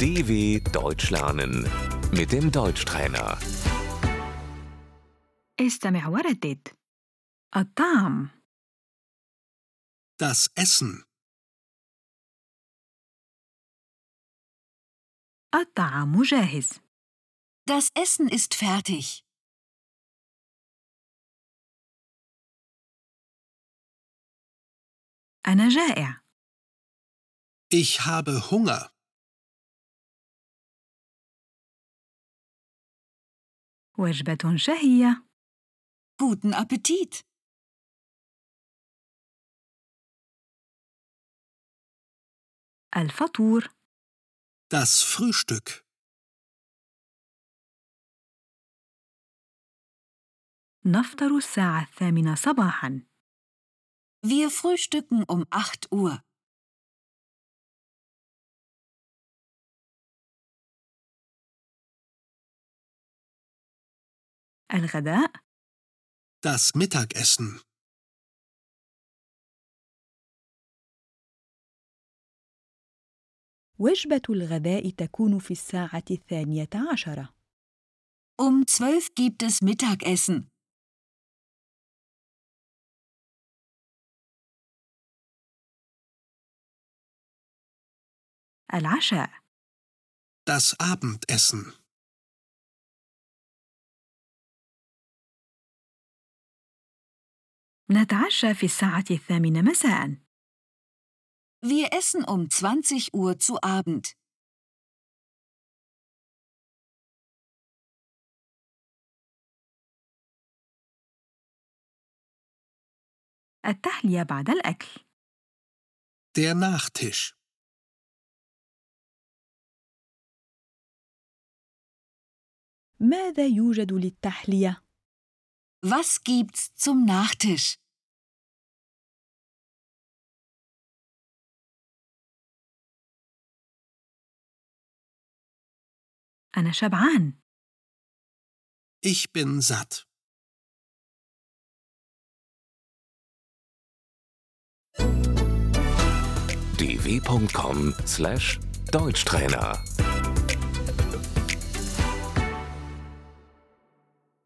DW Deutsch lernen mit dem Deutschtrainer. استمع وردد الطعم Das Essen. الطعام جاهز Das Essen ist fertig. أنا جائع Ich habe Hunger. وجبة شهية Guten Appetit. الفطور Das Frühstück. نفطر الساعة الثامنة صباحا Wir frühstücken um 8 Uhr. الغداء Das Mittagessen. وجبة الغداء تكون في الساعة الثانية عشرة. Um 12 gibt es Mittagessen. العشاء Das Abendessen. نتعشى في الساعة الثامنة مساء Wir essen um 20 Uhr zu Abend. التحلية بعد الأكل Der Nachtisch. ماذا يوجد للتحلية؟ Was gibt's zum Nachtisch? أنا شبعان Ich bin satt. dw.com/deutschtrainer